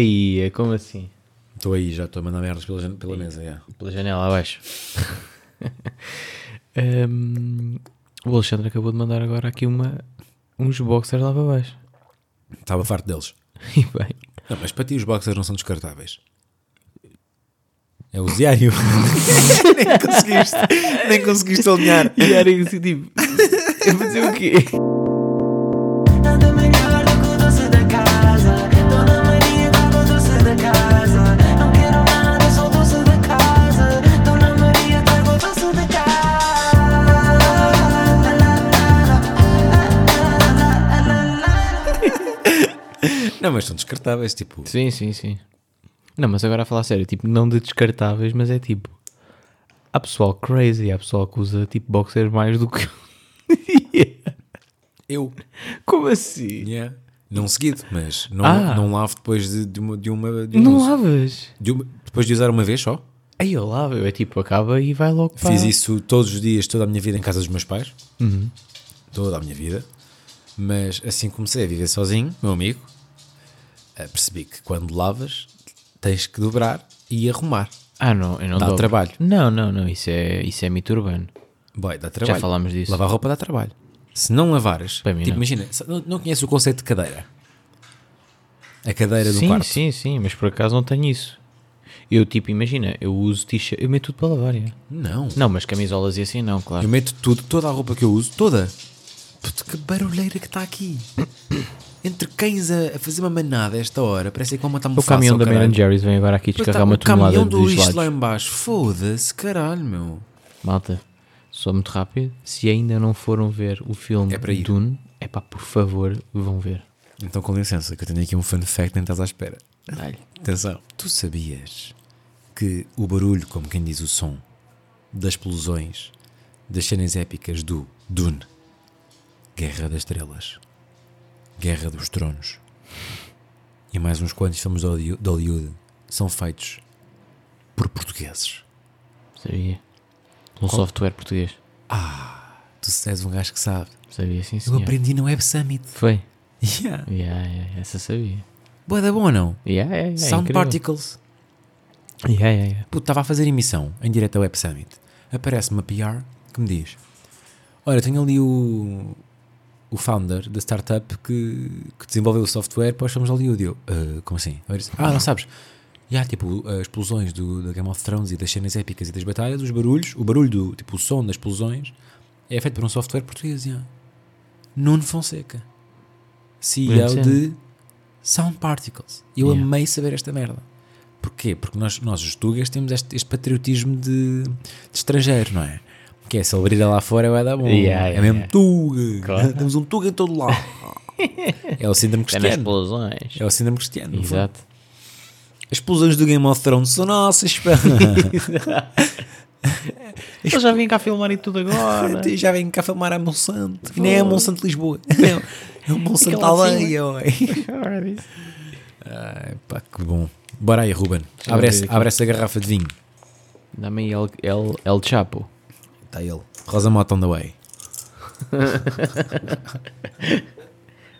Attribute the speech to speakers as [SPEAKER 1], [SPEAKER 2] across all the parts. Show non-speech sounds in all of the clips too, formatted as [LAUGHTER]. [SPEAKER 1] Aí, como assim?
[SPEAKER 2] Estou aí, já estou a mandar merdas pela, jan- pela mesa. yeah.
[SPEAKER 1] Pela janela abaixo. [LAUGHS] Hum, o Alexandre acabou de mandar agora aqui uma, uns boxers lá para baixo. [LAUGHS]
[SPEAKER 2] Estava farto deles.
[SPEAKER 1] E bem,
[SPEAKER 2] Não, mas para ti os boxers não são descartáveis. É o diário. [LAUGHS] nem conseguiste, nem conseguiste alinhar.
[SPEAKER 1] e era isso, tipo, [LAUGHS] eu vou dizer o quê?
[SPEAKER 3] Nada melhor do que o doce da casa. Dona Maria dá o doce da casa. Não quero nada, só o doce da casa. Dona Maria dá o doce da casa.
[SPEAKER 2] Não, mas são descartáveis, tipo.
[SPEAKER 1] Sim, sim, sim. Não, mas agora a falar sério, tipo, não de descartáveis, mas é tipo, há pessoal crazy, há pessoal que usa tipo boxers mais do que.
[SPEAKER 2] Eu.
[SPEAKER 1] [LAUGHS] como assim?
[SPEAKER 2] Yeah. Não seguido, mas não,
[SPEAKER 1] Ah.
[SPEAKER 2] não lavo depois de, de uma. De uma, de um
[SPEAKER 1] Não
[SPEAKER 2] uso.
[SPEAKER 1] lavas?
[SPEAKER 2] De uma- depois de usar uma vez só.
[SPEAKER 1] Aí eu lavo, é tipo, acaba e vai logo para.
[SPEAKER 2] Fiz isso todos os dias, toda a minha vida em casa dos meus pais.
[SPEAKER 1] Uhum.
[SPEAKER 2] Toda a minha vida. Mas assim comecei a viver sozinho, meu amigo. eh, Percebi que quando lavas tens que dobrar e arrumar.
[SPEAKER 1] Ah, não, eu não
[SPEAKER 2] Dá
[SPEAKER 1] dobro.
[SPEAKER 2] trabalho.
[SPEAKER 1] Não, não, não, isso é, isso é mito urbano.
[SPEAKER 2] Boy, dá trabalho.
[SPEAKER 1] falámos disso.
[SPEAKER 2] Lavar roupa dá trabalho. Se não lavares,
[SPEAKER 1] Para mim,
[SPEAKER 2] tipo,
[SPEAKER 1] não.
[SPEAKER 2] imagina, se- não, não conheces o conceito de cadeira. A cadeira do
[SPEAKER 1] Sim,
[SPEAKER 2] É quarto.
[SPEAKER 1] sim, sim, mas por acaso não tenho isso. Eu tipo, imagina, eu uso t-shirt, eu meto tudo para lavar, é.
[SPEAKER 2] Não.
[SPEAKER 1] Não, mas camisolas e assim não, claro.
[SPEAKER 2] Eu meto tudo, toda a roupa que eu uso, toda. Puto, que barulheira que está aqui. Entre cães a, a fazer uma manada a esta hora, parece que vão matar
[SPEAKER 1] O caminhão da Ben Jerry's vem agora aqui
[SPEAKER 2] Está
[SPEAKER 1] descarregar uma
[SPEAKER 2] o caminhão
[SPEAKER 1] tonelada
[SPEAKER 2] do
[SPEAKER 1] de
[SPEAKER 2] lixo lá
[SPEAKER 1] gelados.
[SPEAKER 2] em baixo. Foda-se, caralho, meu.
[SPEAKER 1] Malta, só muito rápido. Se ainda não foram ver o filme
[SPEAKER 2] É para ir.
[SPEAKER 1] Dune, é pá, por favor, vão ver.
[SPEAKER 2] Então, com licença, que eu tenho aqui um fun fact, nem estás à espera.
[SPEAKER 1] Dá-lhe.
[SPEAKER 2] Atenção. Tu sabias que o barulho, como quem diz o som, das explosões, das cenas épicas do Dune, Guerra das Estrelas, Guerra dos Tronos e mais uns quantos filmes de Hollywood- de Hollywood são feitos por portugueses?
[SPEAKER 1] Sabia. Um software português.
[SPEAKER 2] Tu és um gajo que sabe.
[SPEAKER 1] Sabia, sim, é.
[SPEAKER 2] Eu
[SPEAKER 1] senhor.
[SPEAKER 2] aprendi no Web Summit. [LAUGHS]
[SPEAKER 1] Foi.
[SPEAKER 2] Yeah.
[SPEAKER 1] Yeah, yeah, essa sabia.
[SPEAKER 2] Boa da bom, não?
[SPEAKER 1] Yeah, yeah, yeah,
[SPEAKER 2] Sound
[SPEAKER 1] É incrível.
[SPEAKER 2] Particles.
[SPEAKER 1] Yeah, yeah, yeah.
[SPEAKER 2] Puto, estava a fazer emissão em direto ao Web Summit. Aparece-me uma PR que me diz: Olha, tenho ali o, o founder da startup que, que desenvolveu o software para os filmes de Hollywood. E Eu, "Ah, como assim? Ele disse, ah, não sabes? E há tipo as explosões do, da Game of Thrones e das cenas épicas e das batalhas, os barulhos, o barulho do tipo o som das explosões é feito por um software português. já." Nuno Fonseca, CEO
[SPEAKER 1] Grande cena.
[SPEAKER 2] de Sound Particles. Eu
[SPEAKER 1] Yeah.
[SPEAKER 2] amei saber esta merda. Porquê? Porque nós, nós os tugas, temos este, este patriotismo de, de estrangeiro, não é? Que é, se ele brilha lá fora, vai dar bom.
[SPEAKER 1] Yeah,
[SPEAKER 2] é
[SPEAKER 1] yeah,
[SPEAKER 2] mesmo
[SPEAKER 1] yeah.
[SPEAKER 2] tuga.
[SPEAKER 1] Claro.
[SPEAKER 2] Temos um tuga em todo
[SPEAKER 1] [LAUGHS]
[SPEAKER 2] lado. é o
[SPEAKER 1] É
[SPEAKER 2] síndrome
[SPEAKER 1] nas
[SPEAKER 2] cristiano.
[SPEAKER 1] explosões.
[SPEAKER 2] É o síndrome cristiano. no fundo.
[SPEAKER 1] Exato.
[SPEAKER 2] As explosões do Game of Thrones são
[SPEAKER 1] [LAUGHS]
[SPEAKER 2] nossas. pá. [LAUGHS]
[SPEAKER 1] Eu já vim cá filmar e tudo agora.
[SPEAKER 2] Já vem cá filmar a Monsanto. E nem é a Monsanto de Lisboa.
[SPEAKER 1] [LAUGHS]
[SPEAKER 2] É o Monsanto da
[SPEAKER 1] Aquela lá de
[SPEAKER 2] aldeia.
[SPEAKER 1] [LAUGHS]
[SPEAKER 2] ué. Ai, pá, que bom. Bora aí, Ruben. Abre essa, abre essa garrafa de vinho.
[SPEAKER 1] Dá-me aí El, El, El Chapo. Tá
[SPEAKER 2] Está ele. Rosa Mota on the way.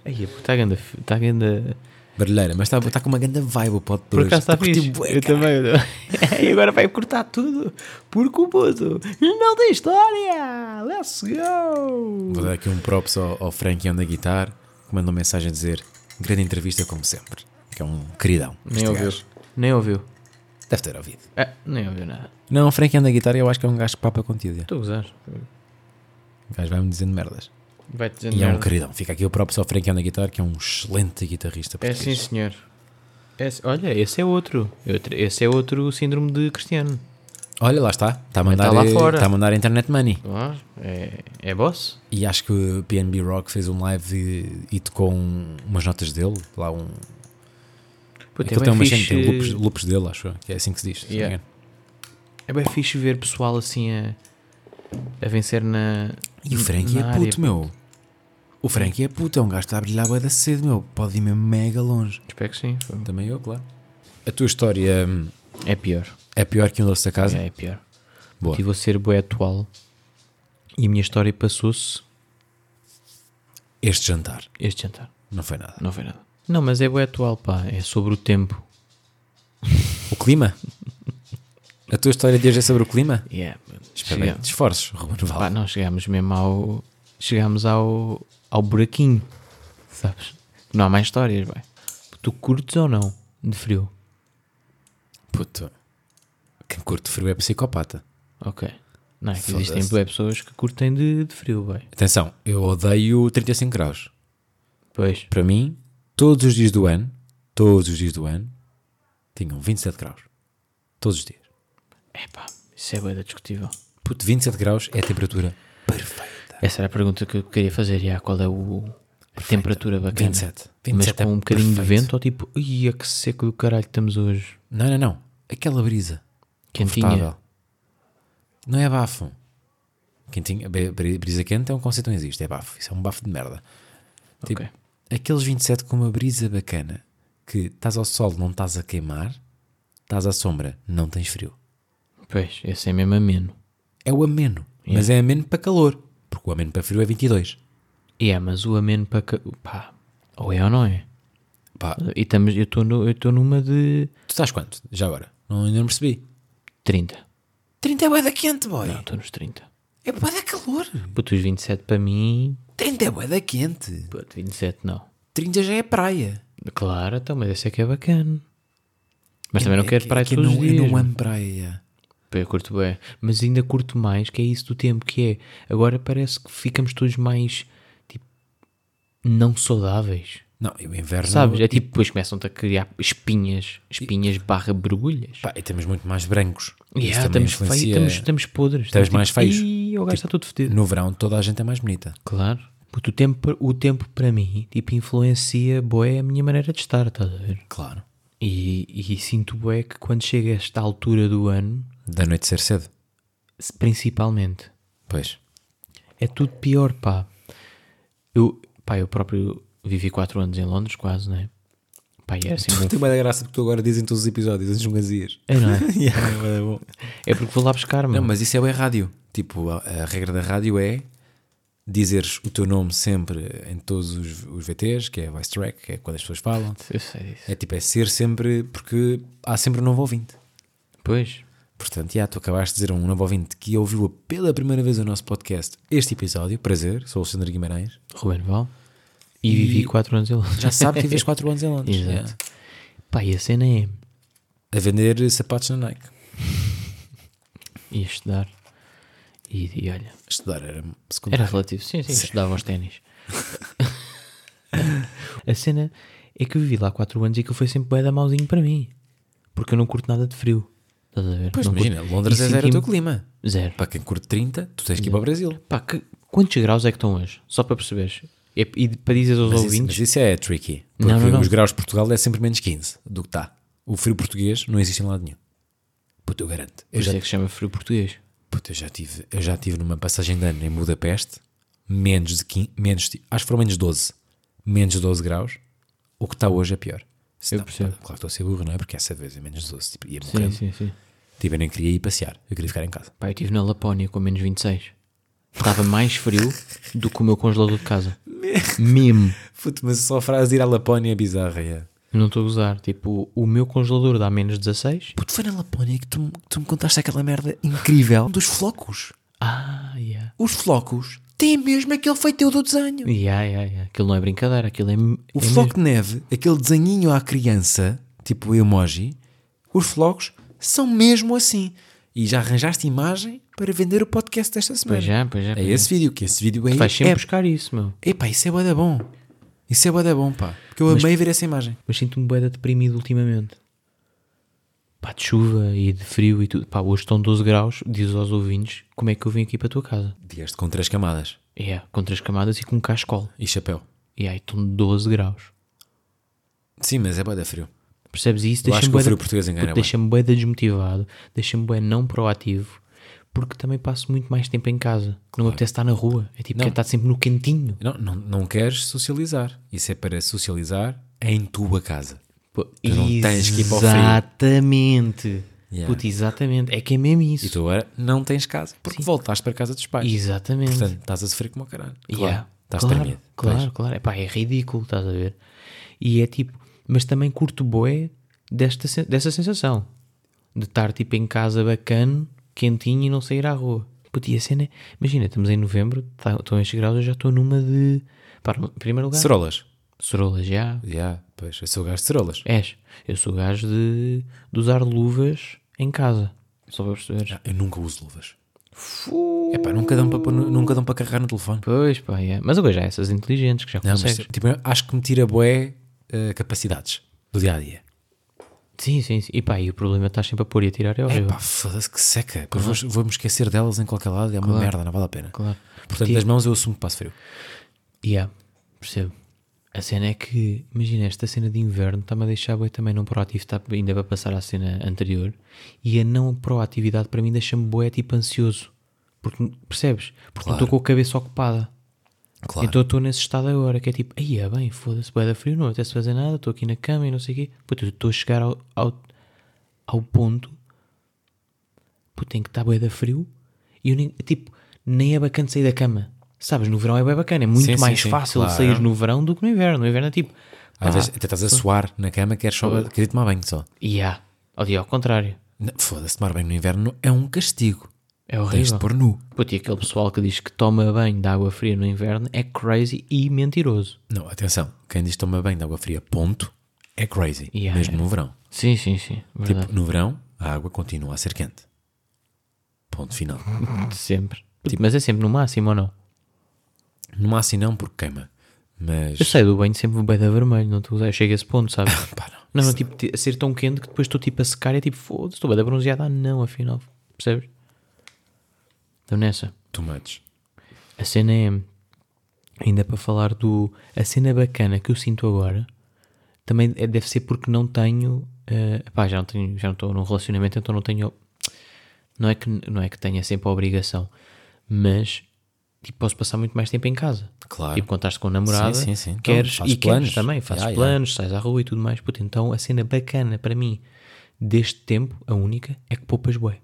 [SPEAKER 1] Aí, está ganda. Está ganda.
[SPEAKER 2] Barulheira, mas está tá com uma grande vibe o pote
[SPEAKER 1] Por
[SPEAKER 2] de
[SPEAKER 1] acaso está
[SPEAKER 2] hoje.
[SPEAKER 1] fixe.
[SPEAKER 2] Curti tá bué,
[SPEAKER 1] Eu
[SPEAKER 2] cara.
[SPEAKER 1] também. eu também. [LAUGHS] e agora vai cortar tudo. Porque o puto não tem história. Let's go.
[SPEAKER 2] Vou dar aqui um props ao, ao Frankie da guitarra que mandou mensagem a dizer grande entrevista como sempre. Que é um queridão. este
[SPEAKER 1] Nem ouviu.
[SPEAKER 2] gajo.
[SPEAKER 1] Nem ouviu.
[SPEAKER 2] Deve ter ouvido.
[SPEAKER 1] Ah, nem ouviu nada.
[SPEAKER 2] Não, o Frankie da guitarra eu acho que é um gajo que papa contigo. já.
[SPEAKER 1] Estou a gozar.
[SPEAKER 2] O gajo vai-me dizendo merdas.
[SPEAKER 1] Vai te
[SPEAKER 2] E
[SPEAKER 1] dizendo.
[SPEAKER 2] é um
[SPEAKER 1] merda.
[SPEAKER 2] queridão. Fica aqui o props ao Frankie da guitarra que é um excelente guitarrista
[SPEAKER 1] É sim,
[SPEAKER 2] português.
[SPEAKER 1] senhor. É s- olha, esse é outro. Outro- Esse é outro síndrome de Cristiano.
[SPEAKER 2] Olha, lá está. Está a mandar,
[SPEAKER 1] Está tá lá
[SPEAKER 2] eh,
[SPEAKER 1] fora.
[SPEAKER 2] Está a mandar internet money.
[SPEAKER 1] Ah, é, é boss?
[SPEAKER 2] E acho que o PNB Rock fez um live e, e tocou um- umas notas dele. Lá um.
[SPEAKER 1] Puta,
[SPEAKER 2] Aquilo tem
[SPEAKER 1] é bem
[SPEAKER 2] uma gente, tem
[SPEAKER 1] fixe-
[SPEAKER 2] loops, loops dele, acho eu, que é assim que se diz. se não me
[SPEAKER 1] Yeah.
[SPEAKER 2] engano.
[SPEAKER 1] É bem fixe ver pessoal assim a, a vencer na.
[SPEAKER 2] E o Frankie
[SPEAKER 1] na
[SPEAKER 2] é
[SPEAKER 1] área.
[SPEAKER 2] puto, meu. O Frankie é puto, é um gajo que está a brilhar bué da cedo, meu. Pode ir mesmo mega longe.
[SPEAKER 1] Espero que sim. foi-
[SPEAKER 2] Também eu, claro. A tua história hum,
[SPEAKER 1] É pior.
[SPEAKER 2] é pior que um doce da casa?
[SPEAKER 1] É, é pior.
[SPEAKER 2] Boa.
[SPEAKER 1] Estive a ser boé atual e a minha história passou-se
[SPEAKER 2] Este jantar
[SPEAKER 1] este jantar.
[SPEAKER 2] não foi nada.
[SPEAKER 1] Não foi nada. Não, mas é bué atual, pá. É sobre o tempo.
[SPEAKER 2] O clima? A tua história de hoje é sobre o clima?
[SPEAKER 1] Yeah.
[SPEAKER 2] Espera bem,
[SPEAKER 1] Chega-
[SPEAKER 2] te esforços, Ruben Val.
[SPEAKER 1] Pá, não, chegámos mesmo ao. Chegámos ao. ao buraquinho. Sabes? Não há mais histórias, vai. Tu curtes ou não? De frio.
[SPEAKER 2] Puto. Quem curte frio é psicopata.
[SPEAKER 1] Ok. Não, é que existem
[SPEAKER 2] Foda-se.
[SPEAKER 1] bué pessoas que curtem de, de frio, vai.
[SPEAKER 2] Atenção, eu odeio 35 graus.
[SPEAKER 1] Pois.
[SPEAKER 2] Para mim, todos os dias do ano, todos os dias do ano, tinham 27 graus. Todos os dias.
[SPEAKER 1] É pá, isso é bué da discutível.
[SPEAKER 2] Puto, 27 graus é a temperatura perfeita.
[SPEAKER 1] Essa era a pergunta que eu queria fazer, já, qual é o, a temperatura bacana?
[SPEAKER 2] 27.
[SPEAKER 1] Mas
[SPEAKER 2] 27
[SPEAKER 1] com
[SPEAKER 2] é
[SPEAKER 1] um bocadinho de
[SPEAKER 2] perfeito.
[SPEAKER 1] vento ou tipo, ia que seco do caralho que estamos hoje.
[SPEAKER 2] Não, não, não. Aquela brisa.
[SPEAKER 1] Quentinha.
[SPEAKER 2] Confortável. Não é bafo. Quentinha, bri- bri- brisa quente é um conceito que não existe. É bafo. Isso é um bafo de merda. Tipo,
[SPEAKER 1] Ok.
[SPEAKER 2] aqueles 27 com uma brisa bacana que estás ao sol, não estás a queimar, estás à sombra, não tens frio.
[SPEAKER 1] Pois, esse é mesmo ameno.
[SPEAKER 2] É o ameno. Mas é ameno para calor. Porque o ameno para frio é 22.
[SPEAKER 1] E é, mas o ameno para. ca- Pá, ou é ou não é?
[SPEAKER 2] Pá, tu
[SPEAKER 1] E estamos, eu estou no- eu estou numa de
[SPEAKER 2] estás quanto? Já agora? Não, ainda não percebi.
[SPEAKER 1] 30.
[SPEAKER 2] 30 é boeda quente, boy.
[SPEAKER 1] Não, estou nos 30.
[SPEAKER 2] É boeda calor.
[SPEAKER 1] Puto, os 27 para mim.
[SPEAKER 2] 30 é boeda quente.
[SPEAKER 1] Puto, 27 não.
[SPEAKER 2] 30 já é praia.
[SPEAKER 1] Claro, então, mas esse é que é bacana. Mas também não
[SPEAKER 2] É
[SPEAKER 1] quero
[SPEAKER 2] que-
[SPEAKER 1] praia
[SPEAKER 2] é que eu
[SPEAKER 1] todos os
[SPEAKER 2] não-
[SPEAKER 1] dias.
[SPEAKER 2] Eu não amo praia.
[SPEAKER 1] Pá, Eu curto bem, mas ainda curto mais, que é isso do tempo, que é agora parece que ficamos todos mais tipo não saudáveis.
[SPEAKER 2] Não, e o inverno.
[SPEAKER 1] Sabes? É tipo, depois começam-te a criar espinhas, espinhas barra bergulhas.
[SPEAKER 2] Pá, e temos muito mais brancos.
[SPEAKER 1] Yeah,
[SPEAKER 2] Isso também
[SPEAKER 1] estamos, feios,
[SPEAKER 2] influencia-
[SPEAKER 1] estamos, estamos podres.
[SPEAKER 2] Estás mais feios. Tipo,
[SPEAKER 1] E o gajo está todo fedido.
[SPEAKER 2] No verão toda a gente é mais bonita.
[SPEAKER 1] Claro. Porque o tempo, o tempo para mim, tipo, influencia boé a minha maneira de estar, estás a ver?
[SPEAKER 2] Claro.
[SPEAKER 1] E, e sinto boé que quando chega a esta altura do ano,
[SPEAKER 2] Da noite ser cedo.
[SPEAKER 1] se- principalmente,
[SPEAKER 2] Pois.
[SPEAKER 1] É tudo pior, pá. Eu, pá, eu próprio vivi 4 anos em Londres, quase, né? Pá,
[SPEAKER 2] É
[SPEAKER 1] e era sempre. um-
[SPEAKER 2] [LAUGHS] Tem mais graça porque tu agora dizes em todos os episódios, antes não dizias.
[SPEAKER 1] É,
[SPEAKER 2] [LAUGHS]
[SPEAKER 1] não é?
[SPEAKER 2] é bom.
[SPEAKER 1] É porque vou lá buscar,
[SPEAKER 2] Não,
[SPEAKER 1] mano.
[SPEAKER 2] mas isso é bem rádio. Tipo, a, a regra da rádio é dizeres o teu nome sempre em todos os, os VTs, que é voice track, que é quando as pessoas falam.
[SPEAKER 1] Eu sei disso.
[SPEAKER 2] É tipo, é ser sempre, porque há sempre um novo ouvinte.
[SPEAKER 1] Pois.
[SPEAKER 2] Portanto, já, tu acabaste de dizer a um novo ouvinte que ouviu pela primeira vez o nosso podcast este episódio. Prazer, sou o Alexandre Guimarães.
[SPEAKER 1] Ruben Val. E, vivi 4 anos em Londres.
[SPEAKER 2] Já
[SPEAKER 1] [LAUGHS]
[SPEAKER 2] sabe que vives 4 anos é. em Londres.
[SPEAKER 1] Exato.
[SPEAKER 2] já.
[SPEAKER 1] Pá, e a cena é.
[SPEAKER 2] A vender sapatos na Nike.
[SPEAKER 1] Ia estudar. E, e olha.
[SPEAKER 2] Estudar era
[SPEAKER 1] Era
[SPEAKER 2] secundário.
[SPEAKER 1] relativo. Sim, sim, estudava aos
[SPEAKER 2] [LAUGHS]
[SPEAKER 1] ténis. a cena é que eu vivi lá 4 anos e que foi sempre bué da mauzinho para mim. Porque eu não curto nada de frio. Estás a ver?
[SPEAKER 2] Pois,
[SPEAKER 1] Não curto-
[SPEAKER 2] imagina, Londres
[SPEAKER 1] e
[SPEAKER 2] é zero o
[SPEAKER 1] senti-me-
[SPEAKER 2] teu clima.
[SPEAKER 1] Zero.
[SPEAKER 2] Para quem curte 30, tu tens que ir para o Brasil.
[SPEAKER 1] Pá, que- quantos graus é que estão hoje? Só para perceberes. E, e para dizeres aos
[SPEAKER 2] Mas isso, mas
[SPEAKER 1] ouvintes.
[SPEAKER 2] isso é tricky.
[SPEAKER 1] Não,
[SPEAKER 2] Porque
[SPEAKER 1] não, não.
[SPEAKER 2] os graus de Portugal é sempre menos 15 do que está. O frio português não existe em lado nenhum. Puto, eu garanto.
[SPEAKER 1] por
[SPEAKER 2] Eu
[SPEAKER 1] isso
[SPEAKER 2] já,
[SPEAKER 1] é que se chama frio português.
[SPEAKER 2] puto, eu já tive, eu já tive numa passagem de ano em Budapeste, menos de 15, menos, de- acho que foram menos 12. Menos 12 graus. O que está hoje é pior. Se
[SPEAKER 1] Eu
[SPEAKER 2] não,
[SPEAKER 1] percebo.
[SPEAKER 2] Claro que estou a ser burro, não é? Porque essa vez é menos 12. Tipo, ia
[SPEAKER 1] Sim,
[SPEAKER 2] morrendo.
[SPEAKER 1] sim, sim.
[SPEAKER 2] Tipo, eu nem queria ir passear. Eu queria ficar em casa.
[SPEAKER 1] Pá, eu estive na Lapónia com menos 26. Estava mais frio do que o meu congelador de
[SPEAKER 2] [LAUGHS]
[SPEAKER 1] casa. Mesmo.
[SPEAKER 2] Puto, mas só a frase de ir à Lapónia é bizarra. É.
[SPEAKER 1] Não estou a usar. Tipo, o meu congelador dá menos 16.
[SPEAKER 2] Puto, foi na Lapónia que tu, me- tu me contaste aquela merda incrível dos flocos.
[SPEAKER 1] Ah, yeah.
[SPEAKER 2] os flocos têm mesmo aquele feiteu do desenho.
[SPEAKER 1] Yeah, yeah, yeah. Aquilo não é brincadeira. Aquilo é.
[SPEAKER 2] O floco de neve, aquele desenhinho à criança, tipo emoji, os flocos são mesmo assim. E já arranjaste imagem para vender o podcast desta semana.
[SPEAKER 1] Pois já, pois já.
[SPEAKER 2] É esse vídeo, que esse vídeo é...
[SPEAKER 1] Vais sempre
[SPEAKER 2] é
[SPEAKER 1] buscar isso, meu.
[SPEAKER 2] epá, isso é bué da bom. Isso é bué da bom, pá. Porque eu amei ver essa imagem.
[SPEAKER 1] Mas sinto-me bué de deprimido ultimamente. Pá, de chuva e de frio e tudo. Pá, hoje estão 12 graus, diz aos ouvintes como é que eu vim aqui para a tua casa.
[SPEAKER 2] Vieste com três camadas
[SPEAKER 1] É, com três camadas e com um cascol.
[SPEAKER 2] e chapéu.
[SPEAKER 1] E aí estão 12 graus.
[SPEAKER 2] Sim, mas é bué da frio.
[SPEAKER 1] Percebes? E isso
[SPEAKER 2] Eu acho
[SPEAKER 1] deixa-me
[SPEAKER 2] que o
[SPEAKER 1] bué
[SPEAKER 2] frio
[SPEAKER 1] de-
[SPEAKER 2] português engana
[SPEAKER 1] puto,
[SPEAKER 2] bué.
[SPEAKER 1] deixa-me bué de desmotivado, deixa-me bué não proativo, porque também passo muito mais tempo em casa. Não me apetece estar na rua. É tipo, quero estar sempre no cantinho.
[SPEAKER 2] Não, não, não queres socializar. Isso é para socializar em tua casa.
[SPEAKER 1] Pô,
[SPEAKER 2] não tens que ir para o frio.
[SPEAKER 1] Exatamente.
[SPEAKER 2] Yeah.
[SPEAKER 1] Puto, exatamente. É que é mesmo
[SPEAKER 2] E
[SPEAKER 1] isso.
[SPEAKER 2] tu agora não tens casa porque voltaste para a casa dos pais.
[SPEAKER 1] Exatamente.
[SPEAKER 2] Portanto, estás a sofrer como o caralho.
[SPEAKER 1] Yeah.
[SPEAKER 2] Claro. Estás
[SPEAKER 1] é. claro,
[SPEAKER 2] tremido.
[SPEAKER 1] Claro,
[SPEAKER 2] Tá Pois.
[SPEAKER 1] claro. Epá, é ridículo, estás a ver? E é tipo, mas também curto boé desta, sen- dessa sensação de estar tipo em casa bacana, quentinho e não sair à rua. Puto, e a cena, é- imagina, estamos em novembro, tá- estão estes graus, eu já estou numa de. Pá, em primeiro lugar,
[SPEAKER 2] Cerolas.
[SPEAKER 1] Sorolas já.
[SPEAKER 2] Já, pois. Eu sou o gajo de cerolas.
[SPEAKER 1] És. Eu sou gajo de, de usar luvas em casa. Só para perceber.
[SPEAKER 2] Eu nunca uso luvas. É pá, nunca dão para pôr no- nunca dão para carregar no telefone.
[SPEAKER 1] Pois, pá, é. Mas agora já há essas inteligentes que já
[SPEAKER 2] Não, mas,
[SPEAKER 1] consegues.
[SPEAKER 2] tipo, eu acho que me tira bué eh, capacidades do dia a dia.
[SPEAKER 1] Sim, sim, sim. E pá, e o problema é que estás sempre a pôr e a tirar é
[SPEAKER 2] É
[SPEAKER 1] horrível.
[SPEAKER 2] pá, foda-se que seca. Depois vou- Vou-me esquecer delas em qualquer lado. É uma merda, não vale a pena.
[SPEAKER 1] Claro.
[SPEAKER 2] Portanto, das mãos eu assumo que passo frio.
[SPEAKER 1] Yeah, percebo. A cena é que, imagina, esta cena de inverno está-me a deixar bem também não proativo, está ainda para passar à cena anterior, e a não proatividade para mim deixa-me boé tipo ansioso. Porque, percebes? Porque não estou com a cabeça ocupada.
[SPEAKER 2] Claro.
[SPEAKER 1] Então eu estou nesse estado agora, que é tipo, aí é bem, foda-se, boé da frio, não até se fazer nada, estou aqui na cama e não sei o quê. Puta, eu estou a chegar ao, ao, ao ponto, puta, tem que estar boé da frio, e eu nem, tipo, nem é bacana sair da cama. Sabes, no verão é bem bacana, é muito
[SPEAKER 2] Sim, sim,
[SPEAKER 1] mais
[SPEAKER 2] sim,
[SPEAKER 1] fácil
[SPEAKER 2] claro.
[SPEAKER 1] sair no verão do que no inverno. No inverno é tipo,
[SPEAKER 2] Às
[SPEAKER 1] pá,
[SPEAKER 2] vezes até estás a suar na cama, queres só querer tomar banho só.
[SPEAKER 1] yeah. Ou dia ao contrário,
[SPEAKER 2] Não, Foda-se, tomar banho no inverno é um castigo.
[SPEAKER 1] é
[SPEAKER 2] Tens de
[SPEAKER 1] horrível.
[SPEAKER 2] pôr nu.
[SPEAKER 1] Puta, e aquele pessoal que diz que toma banho de água fria no inverno é crazy e mentiroso.
[SPEAKER 2] Não, atenção. Quem diz toma banho de água fria, ponto, é crazy.
[SPEAKER 1] Yeah,
[SPEAKER 2] mesmo
[SPEAKER 1] é. Ah.
[SPEAKER 2] no verão.
[SPEAKER 1] Sim, sim, sim, verdade.
[SPEAKER 2] Tipo, no verão, a água continua a ser quente. Ponto final.
[SPEAKER 1] de sempre. mas é sempre no máximo ou não?
[SPEAKER 2] No máximo não, porque queima. Mas.
[SPEAKER 1] Eu saio do banho sempre um da vermelho, não estou a usar. Eu chego a esse ponto, sabes?
[SPEAKER 2] Pá, não.
[SPEAKER 1] não, não, tipo, te- a ser tão quente que depois estou tipo a secar e é tipo, foda-se, estou bem bronzeada. Ah, não, afinal, percebes? Então nessa.
[SPEAKER 2] Tomates.
[SPEAKER 1] A cena é. Ainda para falar do. A cena bacana que eu sinto agora também é- deve ser porque não tenho. eh, pá, já não tenho. Já não estou num relacionamento, então não tenho. Não é que, não é que tenha sempre a obrigação, mas. Tipo, posso passar muito mais tempo em casa.
[SPEAKER 2] Claro.
[SPEAKER 1] Tipo, contaste com a namorada,
[SPEAKER 2] Sim, sim, sim. Então,
[SPEAKER 1] queres
[SPEAKER 2] fazes
[SPEAKER 1] e queres
[SPEAKER 2] planos.
[SPEAKER 1] também, fazes
[SPEAKER 2] Yeah, yeah.
[SPEAKER 1] planos, sais à rua e tudo mais. Puta, então a cena bacana para mim deste tempo, a única, é que poupas bué.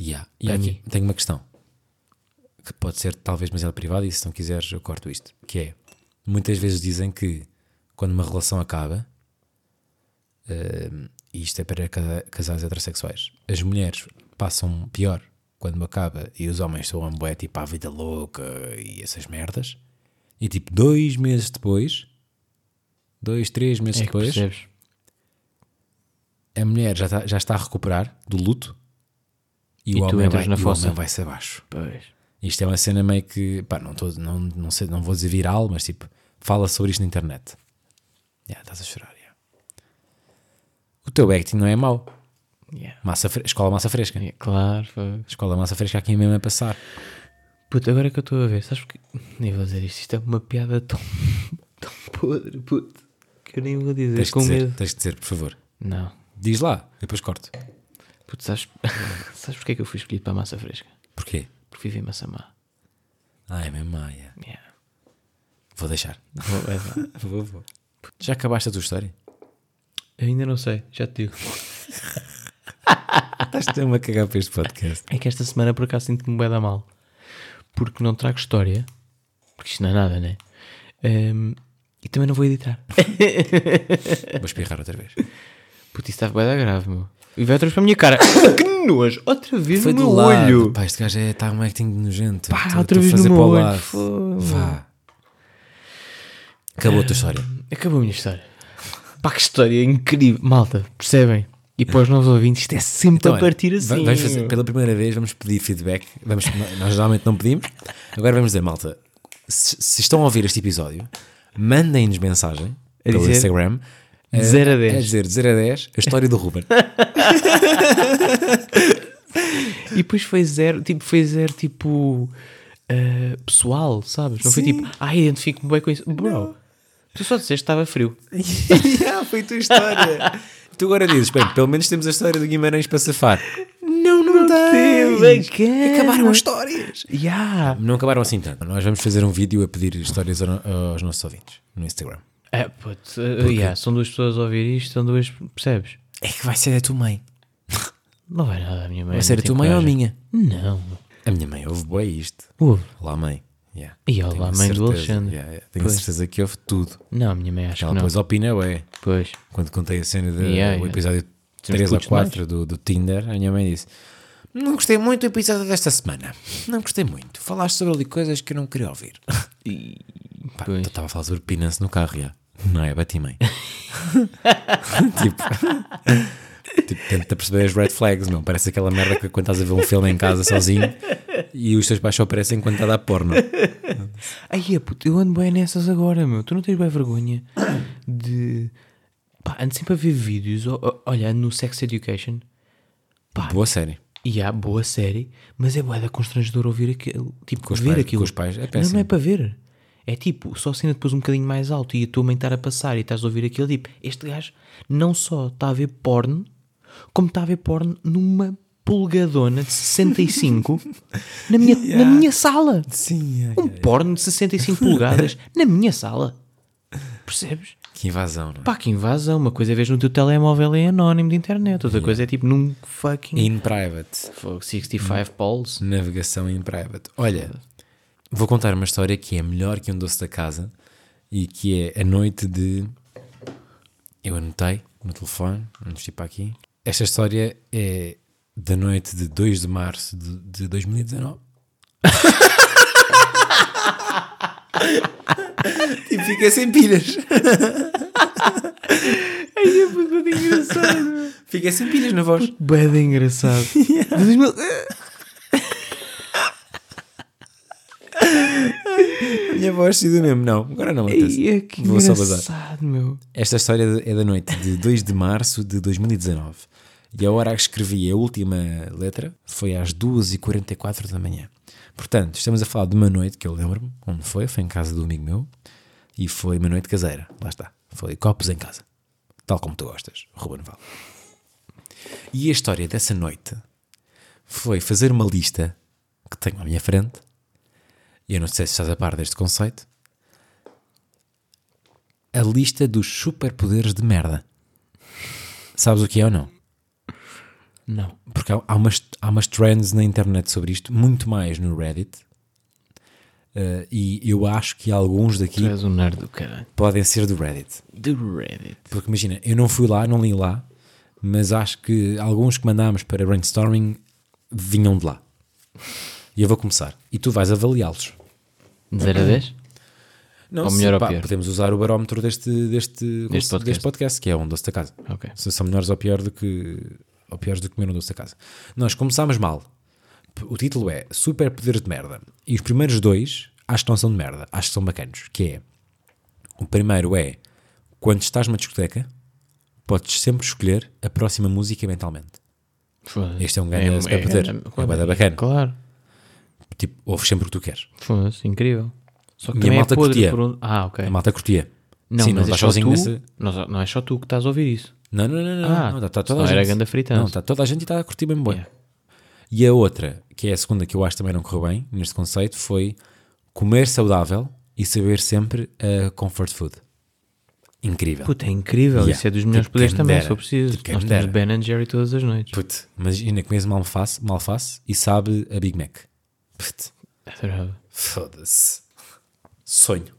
[SPEAKER 2] Yeah. E
[SPEAKER 1] Para
[SPEAKER 2] aqui, tenho uma questão que pode ser talvez demasiado privada e se não quiseres eu corto isto, que é muitas vezes dizem que quando uma relação acaba hum, e isto é para ca- casais heterossexuais as mulheres passam pior quando acaba e os homens são bué tipo a vida louca e essas merdas e tipo dois meses depois dois, três meses
[SPEAKER 1] É que
[SPEAKER 2] depois
[SPEAKER 1] percebes?
[SPEAKER 2] a mulher já, tá- já está a recuperar do luto e,
[SPEAKER 1] E
[SPEAKER 2] o,
[SPEAKER 1] tu
[SPEAKER 2] homem
[SPEAKER 1] entras
[SPEAKER 2] vai,
[SPEAKER 1] na
[SPEAKER 2] e o
[SPEAKER 1] fossa.
[SPEAKER 2] homem vai-se abaixo.
[SPEAKER 1] Pois.
[SPEAKER 2] Isto é uma cena meio que, pá, não, tô, não, não, sei, não vou dizer viral, mas tipo, fala sobre isto na internet. Yeah, estás a chorar, yeah. O teu acting não é mau.
[SPEAKER 1] Yeah.
[SPEAKER 2] Massa fre- Escola Massa Fresca.
[SPEAKER 1] É, claro, foi.
[SPEAKER 2] Escola Massa Fresca aqui mesmo a passar.
[SPEAKER 1] Puta, agora que eu estou a ver, sabes que. Nem vou dizer isto, isto é uma piada tão. [LAUGHS] tão podre, puto, que eu nem vou dizer
[SPEAKER 2] Tens de
[SPEAKER 1] com
[SPEAKER 2] dizer,
[SPEAKER 1] medo.
[SPEAKER 2] tens de dizer, por favor.
[SPEAKER 1] Não.
[SPEAKER 2] Diz lá, eu depois corto.
[SPEAKER 1] Puto, sabes. [LAUGHS] sabes porque é que eu fui escolhido para a massa fresca?
[SPEAKER 2] Porquê?
[SPEAKER 1] Porque vivi em Massamá.
[SPEAKER 2] Ah, é mesmo, ah, yeah.
[SPEAKER 1] Yeah.
[SPEAKER 2] Vou deixar.
[SPEAKER 1] Vou- vai lá.
[SPEAKER 2] vou, vou. Já acabaste a tua história?
[SPEAKER 1] [LAUGHS] Eu ainda não sei, já te digo.
[SPEAKER 2] Estás-te a cagar para este
[SPEAKER 1] [LAUGHS]
[SPEAKER 2] podcast.
[SPEAKER 1] É que esta semana por acaso sinto-me bué da mal. Porque não trago história. Porque isto não é nada, né? Ehm, e também não vou editar.
[SPEAKER 2] Vou espirrar outra vez.
[SPEAKER 1] Puto, isso estava bué da grave, meu. E vai atrás para a minha cara. [COUGHS] que nojo! Outra vez
[SPEAKER 2] Foi
[SPEAKER 1] no
[SPEAKER 2] do
[SPEAKER 1] meu
[SPEAKER 2] lado.
[SPEAKER 1] olho.
[SPEAKER 2] Pá, este gajo está um acting nojento.
[SPEAKER 1] Pá,
[SPEAKER 2] Estou-
[SPEAKER 1] outra
[SPEAKER 2] estou a
[SPEAKER 1] vez
[SPEAKER 2] fazer
[SPEAKER 1] no meu
[SPEAKER 2] para o
[SPEAKER 1] olho.
[SPEAKER 2] lado.
[SPEAKER 1] Fogo.
[SPEAKER 2] Vá. Acabou a tua história.
[SPEAKER 1] Acabou a minha história. Pá, que história incrível. Malta, percebem? E para os novos ouvintes, isto é sempre
[SPEAKER 2] Então,
[SPEAKER 1] a
[SPEAKER 2] olha,
[SPEAKER 1] partir
[SPEAKER 2] va-
[SPEAKER 1] assim.
[SPEAKER 2] Vamos fazer, pela primeira vez vamos pedir feedback. Vamos, nós geralmente não pedimos. Agora vamos dizer, malta, se, se estão a ouvir este episódio, mandem-nos mensagem
[SPEAKER 1] A
[SPEAKER 2] pelo
[SPEAKER 1] dizer-
[SPEAKER 2] Instagram.
[SPEAKER 1] De zero a dez.
[SPEAKER 2] É dizer, de 0 a 10, a história do Ruben.
[SPEAKER 1] E depois foi zero, tipo, foi zero, tipo, eh, pessoal, sabes? Não foi
[SPEAKER 2] Sim.
[SPEAKER 1] tipo, ah, identifico-me bem com isso. Bro, tu só disseste que estava frio.
[SPEAKER 2] [LAUGHS] yeah, foi a tua história. [LAUGHS] tu agora dizes, bem, pelo menos temos a história do Guimarães para safar.
[SPEAKER 1] Não, não,
[SPEAKER 2] tens.
[SPEAKER 1] bacana.
[SPEAKER 2] Acabaram as histórias.
[SPEAKER 1] Yeah.
[SPEAKER 2] Não acabaram assim tanto. Nós vamos fazer um vídeo a pedir histórias ao- aos nossos ouvintes no Instagram.
[SPEAKER 1] É, puto, eh, yeah, são duas pessoas a ouvir isto, são duas, percebes?
[SPEAKER 2] É que vai ser a tua mãe.
[SPEAKER 1] Não vai nada, a minha mãe.
[SPEAKER 2] Vai ser a
[SPEAKER 1] não tem
[SPEAKER 2] tua mãe ou a
[SPEAKER 1] coragem.
[SPEAKER 2] minha?
[SPEAKER 1] Não.
[SPEAKER 2] A minha mãe ouve boi isto.
[SPEAKER 1] Ouve.
[SPEAKER 2] Olá, mãe. Yeah.
[SPEAKER 1] E olá,
[SPEAKER 2] Tenho
[SPEAKER 1] mãe do
[SPEAKER 2] certeza.
[SPEAKER 1] Alexandre.
[SPEAKER 2] Yeah, yeah. Tenho
[SPEAKER 1] Pois.
[SPEAKER 2] certeza que houve tudo.
[SPEAKER 1] Não, a minha mãe acho
[SPEAKER 2] Ela
[SPEAKER 1] que não.
[SPEAKER 2] depois opina, ué.
[SPEAKER 1] Pois.
[SPEAKER 2] Quando contei a cena do
[SPEAKER 1] Yeah, yeah.
[SPEAKER 2] episódio
[SPEAKER 1] Sim,
[SPEAKER 2] 3 ou
[SPEAKER 1] curtes mais?
[SPEAKER 2] 4 do, do Tinder, a minha mãe disse: Não gostei muito do episódio desta semana. Não gostei muito. Falaste sobre ali coisas que eu não queria
[SPEAKER 1] [LAUGHS]
[SPEAKER 2] ouvir. Pá,
[SPEAKER 1] Pois.
[SPEAKER 2] estava a falar sobre Pinance no carro, já. Não é?
[SPEAKER 1] [LAUGHS]
[SPEAKER 2] Bati mãe. tipo, tipo, tenta perceber as red flags, meu. Parece aquela merda que quando estás a ver um filme em casa sozinho e os teus pais só aparecem quando está a dar porno.
[SPEAKER 1] Aí, é puto, eu ando bem nessas agora, meu. Tu não tens bem vergonha de. Pá, ando sempre a ver vídeos. ó- ó- Olha, ando no Sex Education. Pá,
[SPEAKER 2] Boa série.
[SPEAKER 1] e há boa série, mas é boeda constrangedor ouvir aquilo. Tipo,
[SPEAKER 2] Com os
[SPEAKER 1] ver
[SPEAKER 2] pais-
[SPEAKER 1] aquilo.
[SPEAKER 2] com os pais
[SPEAKER 1] não,
[SPEAKER 2] é
[SPEAKER 1] não é
[SPEAKER 2] péssimo.
[SPEAKER 1] para ver. É tipo, só cena depois um bocadinho mais alto e a tua mãe estar a passar e estás a ouvir aquilo. Tipo, este gajo não só está a ver porno, como está a ver porno numa polgadona de
[SPEAKER 2] [LAUGHS]
[SPEAKER 1] 65 na, minha, na minha sala.
[SPEAKER 2] É Sim,
[SPEAKER 1] Um porno de 65
[SPEAKER 2] [LAUGHS]
[SPEAKER 1] polegadas na minha sala. Percebes?
[SPEAKER 2] que invasão, não é?
[SPEAKER 1] Pá, que invasão. Uma coisa é vez no teu telemóvel é anónimo de internet, outra coisa é tipo num fucking
[SPEAKER 2] In private.
[SPEAKER 1] Fogo, 65 poles.
[SPEAKER 2] Navegação in private. Olha, vou contar uma história que é melhor que um doce da casa e que é a noite de. Eu anotei no telefone, vamos ir para aqui. Esta história é da noite de 2 de março de, de [LAUGHS] 2019. e Tipo, fiquei sem pilhas.
[SPEAKER 1] Ai, é muito engraçado.
[SPEAKER 2] Fiquei sem pilhas na voz.
[SPEAKER 1] Bad [LAUGHS] engraçado. De 2000
[SPEAKER 2] Minha voz sido mesmo. Não, agora não. acontece.
[SPEAKER 1] Ai, é que
[SPEAKER 2] Vou só bazar.
[SPEAKER 1] engraçado, meu.
[SPEAKER 2] Esta história é da noite de [LAUGHS] 2 de março de 2019 e a hora que escrevi a última letra foi às 2h44 da manhã. Portanto, estamos a falar de uma noite que eu lembro-me onde foi, foi em casa do amigo meu e foi uma noite caseira, lá está, foi copos em casa, tal como tu gostas, Ruben Val. E a história dessa noite foi fazer uma lista que tenho à minha frente e eu não sei se estás a par deste conceito a lista dos superpoderes de merda. Sabes o que é ou não?
[SPEAKER 1] Não.
[SPEAKER 2] Porque há, há umas, há umas trends na internet sobre isto, muito mais no Reddit. Eh, e eu acho que alguns daqui
[SPEAKER 1] Tu és um nerd do caralho.
[SPEAKER 2] podem ser do Reddit.
[SPEAKER 1] Do Reddit.
[SPEAKER 2] Porque imagina, eu não fui lá, não li lá, mas acho que alguns que mandámos para brainstorming vinham de lá. E eu vou começar. E tu vais avaliá-los.
[SPEAKER 1] De 0 a 10?
[SPEAKER 2] Não,
[SPEAKER 1] Ou
[SPEAKER 2] se-
[SPEAKER 1] melhor ou pior.
[SPEAKER 2] Podemos usar o barómetro deste, deste, deste,
[SPEAKER 1] podcast.
[SPEAKER 2] podcast. que é onde se da casa.
[SPEAKER 1] Ok.
[SPEAKER 2] Se são menores ou pior do que ou piores do que comer um doce da casa. Nós começámos mal. P- O título é Super Poderes de Merda. E os primeiros dois acho que não são de merda, acho que são bacanos. Que é o primeiro é quando estás numa discoteca, podes sempre escolher a próxima música mentalmente.
[SPEAKER 1] Foda-se.
[SPEAKER 2] Este é um grande superpoder.
[SPEAKER 1] grande-
[SPEAKER 2] É bué da bacana.
[SPEAKER 1] Claro.
[SPEAKER 2] Tipo, ouves sempre o que tu queres.
[SPEAKER 1] Foda-se, incrível. Só que
[SPEAKER 2] E a
[SPEAKER 1] também é
[SPEAKER 2] malta
[SPEAKER 1] podre
[SPEAKER 2] curtia.
[SPEAKER 1] por um... Ah, ok.
[SPEAKER 2] A malta curtia.
[SPEAKER 1] Não,
[SPEAKER 2] Sim,
[SPEAKER 1] mas
[SPEAKER 2] não
[SPEAKER 1] é
[SPEAKER 2] estás
[SPEAKER 1] só
[SPEAKER 2] sozinho
[SPEAKER 1] tu,
[SPEAKER 2] nessa.
[SPEAKER 1] não, não é só tu que estás a ouvir isso.
[SPEAKER 2] Não, não, não, não.
[SPEAKER 1] Ah,
[SPEAKER 2] não, está toda
[SPEAKER 1] senão
[SPEAKER 2] a gente.
[SPEAKER 1] era ganda fritança.
[SPEAKER 2] Não, está toda a gente e está a curtir bem bem. E a outra, que é a segunda que eu acho que também não correu bem neste conceito, foi comer saudável e saber sempre a comfort food. Incrível.
[SPEAKER 1] Puta, é incrível.
[SPEAKER 2] Ah. Yeah.
[SPEAKER 1] Isso é dos melhores
[SPEAKER 2] Tipo,
[SPEAKER 1] poderes
[SPEAKER 2] quem
[SPEAKER 1] também,
[SPEAKER 2] dera.
[SPEAKER 1] se eu preciso.
[SPEAKER 2] Tipo, quem
[SPEAKER 1] Nós
[SPEAKER 2] dera.
[SPEAKER 1] temos Ben Jerry todas as noites.
[SPEAKER 2] Puto, imagina comes uma alface, uma alface e sabe a Big Mac. Puto,
[SPEAKER 1] Adorava.
[SPEAKER 2] foda-se. Sonho.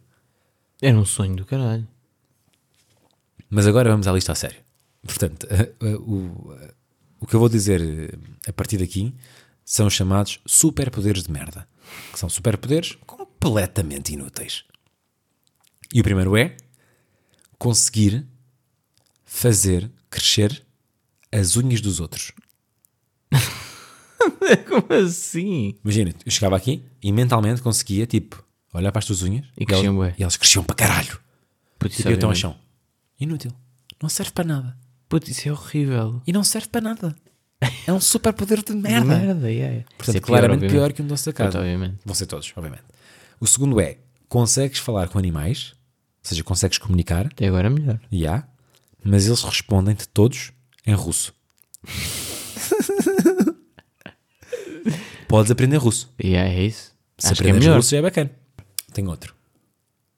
[SPEAKER 1] Era um sonho do
[SPEAKER 2] [LAUGHS]
[SPEAKER 1] caralho.
[SPEAKER 2] Mas agora vamos à lista a sério. Portanto, [LAUGHS] eh, o, o que eu vou dizer eh, a partir daqui são os chamados superpoderes de merda. Que são superpoderes completamente inúteis. E o primeiro é conseguir fazer crescer as unhas dos outros.
[SPEAKER 1] Como assim?
[SPEAKER 2] Imagina, eu chegava aqui e mentalmente conseguia, tipo, olhar para as tuas unhas
[SPEAKER 1] E cresciam bué.
[SPEAKER 2] elas, e elas cresciam para caralho.
[SPEAKER 1] Puto, isso, é
[SPEAKER 2] Tipo, eu estou ao
[SPEAKER 1] obviamente.
[SPEAKER 2] chão. Inútil. Não serve para nada.
[SPEAKER 1] Puto, isso é horrível.
[SPEAKER 2] e não serve para nada. É um super poder de merda.
[SPEAKER 1] Merda, yeah.
[SPEAKER 2] Portanto,
[SPEAKER 1] Isso é
[SPEAKER 2] claramente pior,
[SPEAKER 1] obviamente.
[SPEAKER 2] que um doce da casa.
[SPEAKER 1] Puta, obviamente.
[SPEAKER 2] Vão ser todos, obviamente. O segundo é, consegues falar com animais, ou seja, consegues comunicar,
[SPEAKER 1] Até agora é melhor.
[SPEAKER 2] e há, mas eles respondem-te todos em russo. Podes aprender russo.
[SPEAKER 1] Yeah, é isso.
[SPEAKER 2] Se
[SPEAKER 1] Acho que é
[SPEAKER 2] aprenderes
[SPEAKER 1] melhor.
[SPEAKER 2] russo já é bacana. Tem outro.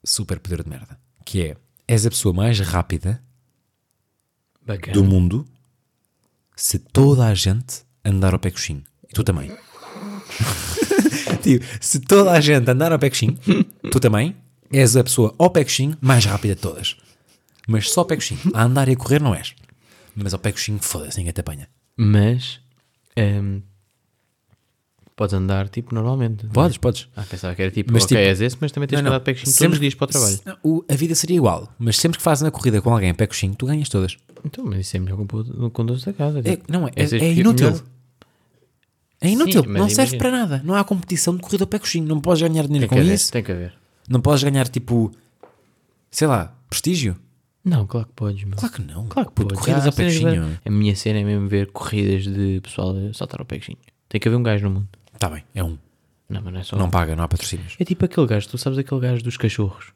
[SPEAKER 2] Super poder de merda. Que é, és a pessoa mais rápida
[SPEAKER 1] Bacana.
[SPEAKER 2] do mundo [LAUGHS] se toda a gente andar ao pé coxinho. E tu também. Tipo, se toda a gente andar ao pechinho, tu também és a pessoa ao pechinho mais rápida de todas. Mas só ao pechinho. A andar e a correr não és. Mas ao pechinho, foda-se, ninguém te apanha.
[SPEAKER 1] Mas ehm, podes andar tipo normalmente. não é?
[SPEAKER 2] Podes, podes.
[SPEAKER 1] Ah, pensava que era tipo,
[SPEAKER 2] Mas,
[SPEAKER 1] ok,
[SPEAKER 2] tipo-
[SPEAKER 1] és esse, mas também tens
[SPEAKER 2] Não,
[SPEAKER 1] que
[SPEAKER 2] não.
[SPEAKER 1] andar de pechinho todos
[SPEAKER 2] Sempre-
[SPEAKER 1] os dias para o trabalho.
[SPEAKER 2] se- o- a vida seria igual, mas sempre que fazem a corrida com alguém a pé coxinho, tu ganhas todas.
[SPEAKER 1] Então, mas isso é melhor que o conduz da casa.
[SPEAKER 2] É,
[SPEAKER 1] tipo,
[SPEAKER 2] não é, é,
[SPEAKER 1] essas
[SPEAKER 2] é
[SPEAKER 1] pi-
[SPEAKER 2] inútil.
[SPEAKER 1] melhor-
[SPEAKER 2] É inútil,
[SPEAKER 1] mas
[SPEAKER 2] não
[SPEAKER 1] imagina.
[SPEAKER 2] serve
[SPEAKER 1] É
[SPEAKER 2] para nada. Não há competição de corrida a pé coxinho. Não podes ganhar
[SPEAKER 1] Tem
[SPEAKER 2] dinheiro
[SPEAKER 1] que
[SPEAKER 2] com
[SPEAKER 1] haver,
[SPEAKER 2] isso,
[SPEAKER 1] tem que haver.
[SPEAKER 2] não podes ganhar tipo, sei lá, prestígio.
[SPEAKER 1] Não, claro que podes, meu.
[SPEAKER 2] Claro que não.
[SPEAKER 1] Claro que Ah,
[SPEAKER 2] Puto,
[SPEAKER 1] podes.
[SPEAKER 2] corridas
[SPEAKER 1] Há
[SPEAKER 2] a pé
[SPEAKER 1] cenas
[SPEAKER 2] coxinho.
[SPEAKER 1] de- A minha cena é mesmo ver corridas de pessoal a saltar ao pechinho. Tem que haver um gajo no mundo.
[SPEAKER 2] Está bem, é um.
[SPEAKER 1] Não, mas não é só.
[SPEAKER 2] Não paga, não há patrocínios.
[SPEAKER 1] É tipo aquele gajo, tu sabes aquele gajo dos cachorros?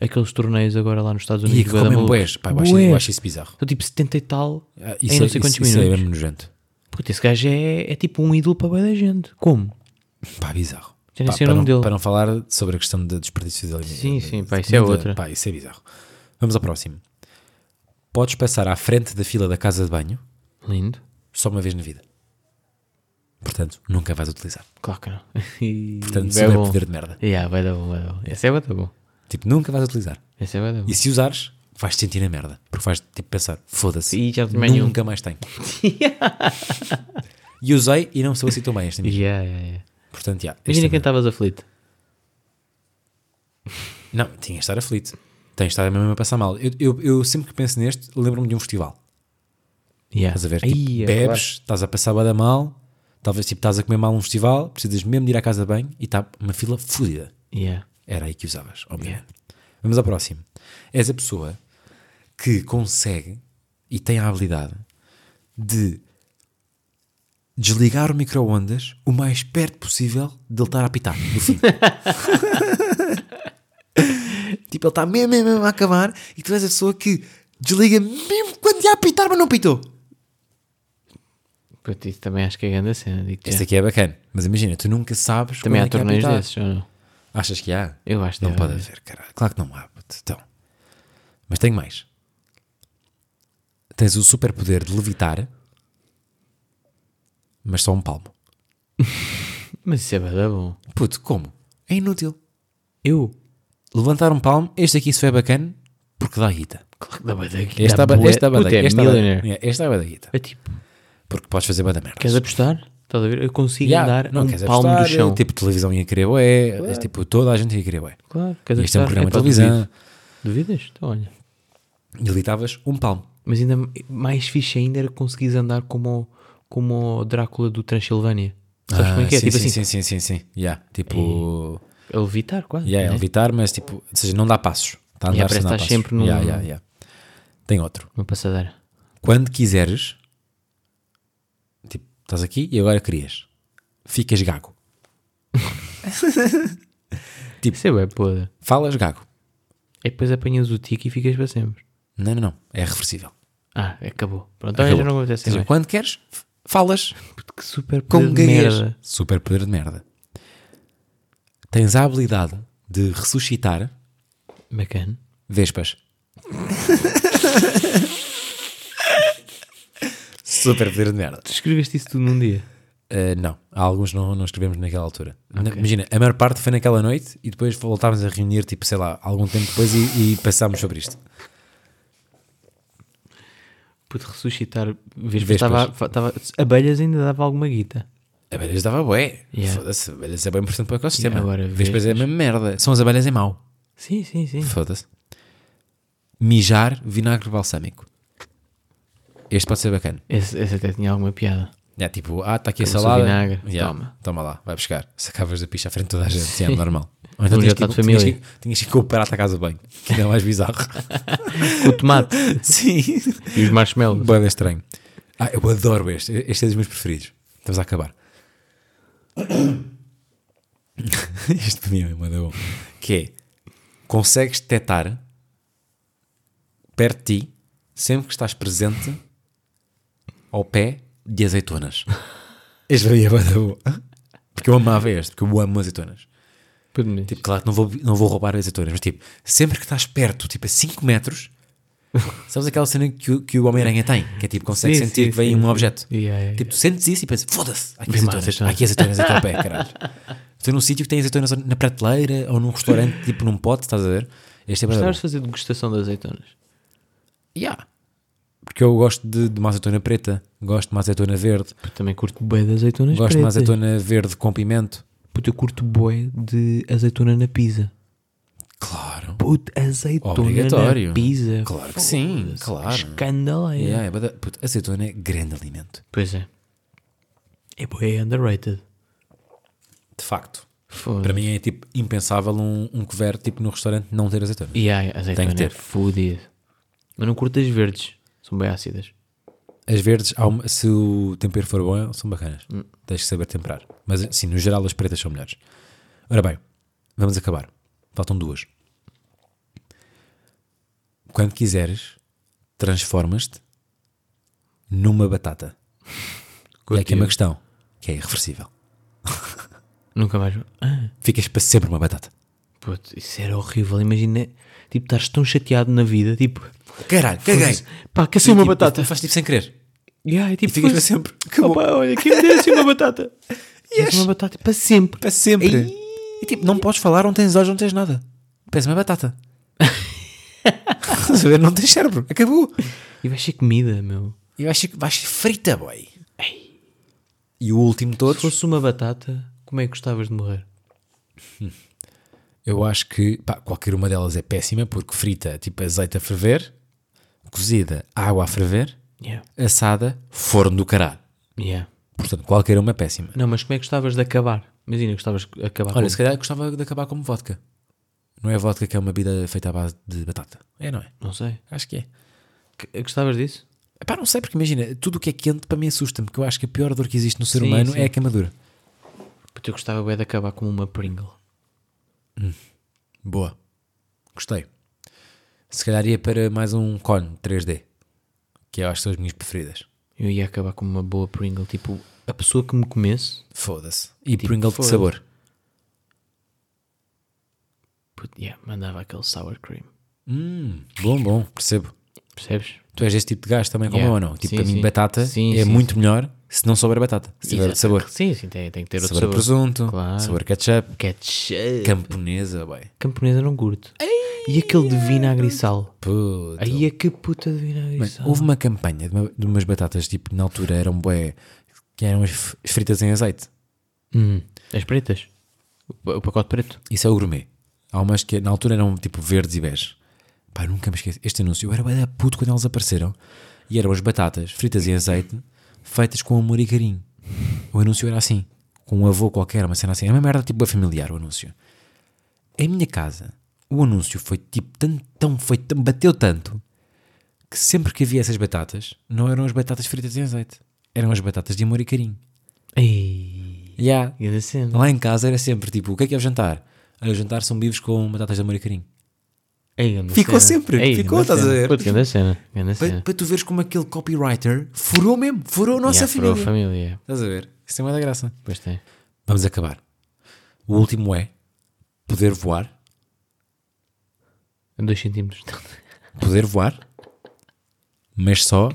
[SPEAKER 1] Aqueles torneios agora lá nos Estados Unidos.
[SPEAKER 2] E que
[SPEAKER 1] bué da
[SPEAKER 2] comem
[SPEAKER 1] malucos.
[SPEAKER 2] boés. Pá, eu acho,
[SPEAKER 1] Bué.
[SPEAKER 2] eu acho isso bizarro.
[SPEAKER 1] Então, tipo 70 e tal
[SPEAKER 2] Ah,
[SPEAKER 1] em
[SPEAKER 2] Isso,
[SPEAKER 1] não
[SPEAKER 2] é-
[SPEAKER 1] sei quantos
[SPEAKER 2] isso, isso é
[SPEAKER 1] minutos.
[SPEAKER 2] bem nojento.
[SPEAKER 1] Puta, esse gajo é, é tipo um ídolo para bem da gente. Como?
[SPEAKER 2] Pá, bizarro.
[SPEAKER 1] Já nem
[SPEAKER 2] Pá,
[SPEAKER 1] sei é o
[SPEAKER 2] para,
[SPEAKER 1] nome
[SPEAKER 2] não,
[SPEAKER 1] dele.
[SPEAKER 2] para não falar sobre a questão de desperdício de alimentos.
[SPEAKER 1] Sim, sim, pá, isso é outra.
[SPEAKER 2] Pá, isso é bizarro. Vamos ao próximo. Podes passar à frente da fila da casa de banho
[SPEAKER 1] Lindo.
[SPEAKER 2] só uma vez na vida. Portanto, nunca vais utilizar.
[SPEAKER 1] Claro que não. [LAUGHS] E
[SPEAKER 2] Portanto,
[SPEAKER 1] bué
[SPEAKER 2] super
[SPEAKER 1] é bom.
[SPEAKER 2] poder de merda.
[SPEAKER 1] Yeah, vai dar bom, vai dar bom. Esse é vai dar bom.
[SPEAKER 2] Tipo, nunca vais utilizar.
[SPEAKER 1] Esse é vai dar bom.
[SPEAKER 2] E se usares, vais te sentir na merda. Porque vais tipo pensar, foda-se.
[SPEAKER 1] E já tomei
[SPEAKER 2] Nunca mais tenho. e usei e não sou assim tão bem esta mesmo.
[SPEAKER 1] Yeah, yeah, yeah.
[SPEAKER 2] Portanto, já. esta
[SPEAKER 1] Imagina quem
[SPEAKER 2] merda.
[SPEAKER 1] estavas aflito.
[SPEAKER 2] Não, tinha de estar aflito. Tens de estar mesmo a passar mal. Eu, eu, eu sempre que penso neste, lembro-me de um festival.
[SPEAKER 1] Yeah.
[SPEAKER 2] Estás a ver?
[SPEAKER 1] Ai,
[SPEAKER 2] Tipo,
[SPEAKER 1] é
[SPEAKER 2] bebes,
[SPEAKER 1] claro.
[SPEAKER 2] estás a passar bada mal, talvez tipo estás a comer mal um festival, precisas mesmo de ir à casa de banho e está uma fila fodida.
[SPEAKER 1] Yeah.
[SPEAKER 2] Era aí que usavas, obviamente. Vamos ao próximo. És a pessoa que consegue e tem a habilidade de desligar o micro-ondas o mais perto possível de ele estar a apitar, no
[SPEAKER 1] [LAUGHS]
[SPEAKER 2] fim. tipo, ele está mesmo, mesmo, mesmo a acabar e tu és a pessoa que desliga mesmo quando ia apitar, mas não pitou.
[SPEAKER 1] Puta, isso também acho que é grande a cena. digo-te já.
[SPEAKER 2] Esta aqui é bacana, mas imagina, tu nunca sabes
[SPEAKER 1] Também há
[SPEAKER 2] quando é que ia
[SPEAKER 1] torneios
[SPEAKER 2] apitar.
[SPEAKER 1] desses, ou não?
[SPEAKER 2] Achas que há?
[SPEAKER 1] Eu acho que é
[SPEAKER 2] Não
[SPEAKER 1] deve
[SPEAKER 2] pode
[SPEAKER 1] haver.
[SPEAKER 2] haver, caralho. Claro que não há. puto. Então. Mas tenho mais. Tens o superpoder de levitar, mas só um palmo.
[SPEAKER 1] Mas isso é bué da bom.
[SPEAKER 2] Puto, como? É inútil.
[SPEAKER 1] Eu?
[SPEAKER 2] Levantar um palmo, este aqui se foi bacana, porque dá guita.
[SPEAKER 1] Claro que dá bué da
[SPEAKER 2] Este dá
[SPEAKER 1] dá
[SPEAKER 2] ba-
[SPEAKER 1] bué-
[SPEAKER 2] este dá
[SPEAKER 1] Puta,
[SPEAKER 2] bada-
[SPEAKER 1] é
[SPEAKER 2] este dá
[SPEAKER 1] millionaire.
[SPEAKER 2] bada- este dá bada guita.
[SPEAKER 1] É tipo,
[SPEAKER 2] Porque podes fazer bada merda.
[SPEAKER 1] queres apostar? Estás a ver? Eu consigo andar a um
[SPEAKER 2] queres
[SPEAKER 1] palmo do
[SPEAKER 2] apostar,
[SPEAKER 1] chão.
[SPEAKER 2] Tipo, televisão ia querer, ué. é Tipo, toda a gente ia querer, ué.
[SPEAKER 1] claro, queres
[SPEAKER 2] Este é um
[SPEAKER 1] apostar?
[SPEAKER 2] programa de
[SPEAKER 1] pá,
[SPEAKER 2] televisão.
[SPEAKER 1] Duvidas? Duvidas? Então olha.
[SPEAKER 2] E levitavas um palmo.
[SPEAKER 1] Mas ainda mais fixe ainda era conseguires andar como o, como o Drácula do Transilvânia. Sabes como é que é?
[SPEAKER 2] Ah, sim,
[SPEAKER 1] tipo
[SPEAKER 2] sim,
[SPEAKER 1] assim,
[SPEAKER 2] sim, sim, sim, sim. Yeah, tipo.
[SPEAKER 1] a levitar quase.
[SPEAKER 2] Yeah,
[SPEAKER 1] né?
[SPEAKER 2] é levitar, mas tipo, ou seja, não dá passos. Está a andar
[SPEAKER 1] Yeah, parece
[SPEAKER 2] sem dar
[SPEAKER 1] que
[SPEAKER 2] passos.
[SPEAKER 1] estás sempre num-
[SPEAKER 2] Yeah, yeah, yeah. Tem outro.
[SPEAKER 1] Uma passadeira.
[SPEAKER 2] Quando quiseres, tipo, estás aqui e agora querias. Ficas gago. Tipo-
[SPEAKER 1] Isso é bué podre.
[SPEAKER 2] Falas gago.
[SPEAKER 1] É que depois apanhas o tique e ficas para sempre.
[SPEAKER 2] Não, não, não. É reversível.
[SPEAKER 1] Ah, acabou. Pronto, olha, já não acontece
[SPEAKER 2] Ou seja,
[SPEAKER 1] mais.
[SPEAKER 2] quando queres, f- falas
[SPEAKER 1] Que super
[SPEAKER 2] com
[SPEAKER 1] poder de
[SPEAKER 2] gaguez.
[SPEAKER 1] merda.
[SPEAKER 2] Super poder de merda. Tens a habilidade de ressuscitar
[SPEAKER 1] Bacana.
[SPEAKER 2] vespas. Super poder de merda.
[SPEAKER 1] Tu escreveste isso tudo num dia.
[SPEAKER 2] Uh, não, alguns não, não escrevemos naquela altura. Na- Imagina, a maior parte foi naquela noite e depois voltámos a reunir, tipo, sei lá, algum tempo depois e, e passámos sobre isto.
[SPEAKER 1] Pude ressuscitar vespas.
[SPEAKER 2] Vespas.
[SPEAKER 1] Estava, estava, abelhas ainda dava alguma guita.
[SPEAKER 2] Abelhas dava bué.
[SPEAKER 1] Yeah.
[SPEAKER 2] Foda-se, abelhas é bem importante para o ecossistema.
[SPEAKER 1] Yeah, agora
[SPEAKER 2] vespas é a mesma merda. São as abelhas em mau.
[SPEAKER 1] Sim, sim, sim.
[SPEAKER 2] Foda-se. Mijar vinagre balsâmico. Este pode ser bacana.
[SPEAKER 1] Esse, esse até tinha alguma [LAUGHS] piada.
[SPEAKER 2] É tipo, ah, está aqui a
[SPEAKER 1] Toma-se o
[SPEAKER 2] salada.
[SPEAKER 1] vinagre,
[SPEAKER 2] Yeah,
[SPEAKER 1] toma.
[SPEAKER 2] lá, vai buscar. Sacavas da picha à frente de toda a gente. Sim,
[SPEAKER 1] [LAUGHS]
[SPEAKER 2] é normal. Ou
[SPEAKER 1] Um
[SPEAKER 2] então tinhas que,
[SPEAKER 1] jantar de
[SPEAKER 2] tinhas,
[SPEAKER 1] família.
[SPEAKER 2] que, tinhas que ir com o prato à casa de banho. Que ainda é mais bizarro.
[SPEAKER 1] Com o tomate
[SPEAKER 2] Sim.
[SPEAKER 1] e os marshmallows.
[SPEAKER 2] Boeda estranho. Ah, eu adoro este. Este é dos meus preferidos. Estamos a acabar. [COUGHS] Este para mim é mesmo, é bom. Que é, consegues detectar perto de ti, sempre que estás presente, ao pé de azeitonas. [LAUGHS] Este para mim é bué da bom. Porque eu amava este, porque eu amo azeitonas.
[SPEAKER 1] Puto-me.
[SPEAKER 2] Tipo, claro que não vou, não vou roubar azeitonas, mas tipo, sempre que estás perto, tipo a
[SPEAKER 1] [LAUGHS]
[SPEAKER 2] 5 metros, sabes aquela cena que, o- que o Homem-Aranha tem, que é tipo, consegue
[SPEAKER 1] Sim,
[SPEAKER 2] sentir
[SPEAKER 1] sim,
[SPEAKER 2] que vem
[SPEAKER 1] sim,
[SPEAKER 2] um
[SPEAKER 1] sim.
[SPEAKER 2] objeto.
[SPEAKER 1] Yeah, yeah,
[SPEAKER 2] Tipo, tu sentes isso e pensas, foda-se, há aqui
[SPEAKER 1] Vem mais então." azeitonas. [LAUGHS]
[SPEAKER 2] azeitonas, há aqui azeitonas aqui ao pé, caralho. Estou num sítio que tem azeitonas na prateleira ou num restaurante, tipo num pote, estás a ver? Este é bem bom.
[SPEAKER 1] Gostavas de fazer degustação de azeitonas?
[SPEAKER 2] Yeah. Porque eu gosto de, de uma azeitona preta, gosto de uma azeitona verde,
[SPEAKER 1] Puta, também curto bem de azeitonas
[SPEAKER 2] gosto de uma
[SPEAKER 1] pretas.
[SPEAKER 2] azeitona verde com pimento.
[SPEAKER 1] Puta, eu curto bué de azeitona na pizza.
[SPEAKER 2] Claro.
[SPEAKER 1] Puta, azeitona
[SPEAKER 2] Obrigatório.
[SPEAKER 1] na pizza.
[SPEAKER 2] Claro que sim,
[SPEAKER 1] Foda-se,
[SPEAKER 2] claro.
[SPEAKER 1] Escândalo é.
[SPEAKER 2] Yeah, é bada- puto, azeitona é grande alimento.
[SPEAKER 1] Pois é. É bué underrated.
[SPEAKER 2] De facto.
[SPEAKER 1] Foda.
[SPEAKER 2] Para mim é tipo impensável um, um couvert tipo no restaurante não ter azeitona.
[SPEAKER 1] Yeah, yeah, azeitona
[SPEAKER 2] Tem que ter.
[SPEAKER 1] é fodido. Mas não curto as verdes. São bem ácidas.
[SPEAKER 2] As verdes, há uma- se o tempero for bom, são bacanas. Tens que saber temperar. Mas sim, no geral as pretas são melhores. Ora bem, vamos acabar. Faltam duas. Quando quiseres, transformas-te numa batata. E aqui é uma questão que é irreversível.
[SPEAKER 1] Nunca mais. Ah,
[SPEAKER 2] Ficas para sempre uma batata.
[SPEAKER 1] puto, isso era horrível. Imagina, tipo, estás tão chateado na vida. Tipo,
[SPEAKER 2] Caralho, caguei.
[SPEAKER 1] pá, quer ser uma
[SPEAKER 2] Tipo,
[SPEAKER 1] batata.
[SPEAKER 2] Faz tipo sem querer.
[SPEAKER 1] Yeah, é tipo,
[SPEAKER 2] E ficas para
[SPEAKER 1] foda-se.
[SPEAKER 2] sempre. Acabou.
[SPEAKER 1] Opa, olha, quem me dera assim uma
[SPEAKER 2] [LAUGHS]
[SPEAKER 1] batata? Yes. Uma batata para sempre.
[SPEAKER 2] Para sempre. E tipo, não podes falar, não tens olhos, não tens nada. Parece uma [LAUGHS] batata. Estás a ver? não tens cérebro. Acabou.
[SPEAKER 1] E vais ser comida, meu.
[SPEAKER 2] E vais ser, vais ser frita, boy. E o último de
[SPEAKER 1] Se
[SPEAKER 2] todos.
[SPEAKER 1] fosse uma batata, como é que gostavas de morrer?
[SPEAKER 2] Eu acho que pá, qualquer uma delas é péssima, porque frita, tipo azeite a ferver, cozida, água a ferver,
[SPEAKER 1] Yeah.
[SPEAKER 2] assada, forno do caralho.
[SPEAKER 1] Yeah.
[SPEAKER 2] Portanto, qualquer uma é péssima.
[SPEAKER 1] Não, mas como é que gostavas de acabar? Imagina, gostavas de acabar
[SPEAKER 2] Olha,
[SPEAKER 1] com...
[SPEAKER 2] se calhar gostava de acabar como vodka. Não é vodka que é uma bebida feita à base de batata. É, não é?
[SPEAKER 1] Não sei.
[SPEAKER 2] Acho que é.
[SPEAKER 1] Que- Gostavas disso?
[SPEAKER 2] Epá, não sei, porque imagina, tudo o que é quente para mim assusta-me, porque eu acho que a pior dor que existe no ser
[SPEAKER 1] Sim,
[SPEAKER 2] humano
[SPEAKER 1] sim.
[SPEAKER 2] é a queimadura.
[SPEAKER 1] Porque eu gostava bem de acabar com uma Pringle.
[SPEAKER 2] Boa. Gostei. Se calhar ia para mais um cone 3D, que eu acho que são as minhas preferidas.
[SPEAKER 1] Eu ia acabar com uma boa Pringle. Tipo, a pessoa que me comesse...
[SPEAKER 2] Foda-se. E Pringle de
[SPEAKER 1] Tipo foda-se.
[SPEAKER 2] sabor.
[SPEAKER 1] Puto, yeah, mandava aquele sour cream.
[SPEAKER 2] Hum, bom, bom, percebo.
[SPEAKER 1] Percebes?
[SPEAKER 2] Tu és esse tipo de gajo também, como
[SPEAKER 1] Yeah.
[SPEAKER 2] eu ou não? Tipo,
[SPEAKER 1] Sim,
[SPEAKER 2] para mim,
[SPEAKER 1] sim.
[SPEAKER 2] batata
[SPEAKER 1] Sim,
[SPEAKER 2] é
[SPEAKER 1] sim,
[SPEAKER 2] muito melhor se não souber batata, se tiver de
[SPEAKER 1] Exato.
[SPEAKER 2] sabor.
[SPEAKER 1] Sim, sim, tem, tem que ter outro
[SPEAKER 2] Sabor, a
[SPEAKER 1] sabor.
[SPEAKER 2] presunto,
[SPEAKER 1] Claro.
[SPEAKER 2] sabor a ketchup,
[SPEAKER 1] Ketchup.
[SPEAKER 2] camponesa, bem.
[SPEAKER 1] Camponesa não curto. E aquele de vinagre e sal.
[SPEAKER 2] Puta,
[SPEAKER 1] Aí é que puta de vinagre e
[SPEAKER 2] Bem,
[SPEAKER 1] sal.
[SPEAKER 2] houve uma campanha de, uma- de umas batatas, tipo, na altura eram bué, que eram as f- fritas em azeite.
[SPEAKER 1] Hum, as pretas. O pa- o pacote preto.
[SPEAKER 2] Isso é o gourmet. Há umas que na altura eram tipo verdes e bege. Pá, nunca me esqueço. Este anúncio, eu era bué da puto quando elas apareceram. E eram as batatas fritas em azeite, feitas com amor e carinho. O anúncio era assim, com um avô qualquer, uma cena assim. É uma merda tipo bué familiar o anúncio. Em minha casa, o anúncio foi tipo tão, tão foi tão, bateu tanto que sempre que havia essas batatas, não eram as batatas fritas em azeite. Eram as batatas de amor e carinho.
[SPEAKER 1] Ei,
[SPEAKER 2] Yeah.
[SPEAKER 1] grande cena.
[SPEAKER 2] Lá em casa era sempre tipo, o que é que é o jantar? Olha, o jantar são bifes com batatas de amor e carinho.
[SPEAKER 1] Ei, grande
[SPEAKER 2] Ficou
[SPEAKER 1] cena.
[SPEAKER 2] sempre, ficou,
[SPEAKER 1] grande
[SPEAKER 2] estás a
[SPEAKER 1] cena.
[SPEAKER 2] ver?
[SPEAKER 1] Puta, grande cena. Grande
[SPEAKER 2] Para,
[SPEAKER 1] cena.
[SPEAKER 2] para tu veres como aquele copywriter furou mesmo, furou a nossa
[SPEAKER 1] Yeah, furou
[SPEAKER 2] família.
[SPEAKER 1] a família.
[SPEAKER 2] Estás a ver? Isso é uma da graça.
[SPEAKER 1] Pois tem.
[SPEAKER 2] Vamos acabar. O último é poder voar,
[SPEAKER 1] Dois centímetros.
[SPEAKER 2] poder voar, mas só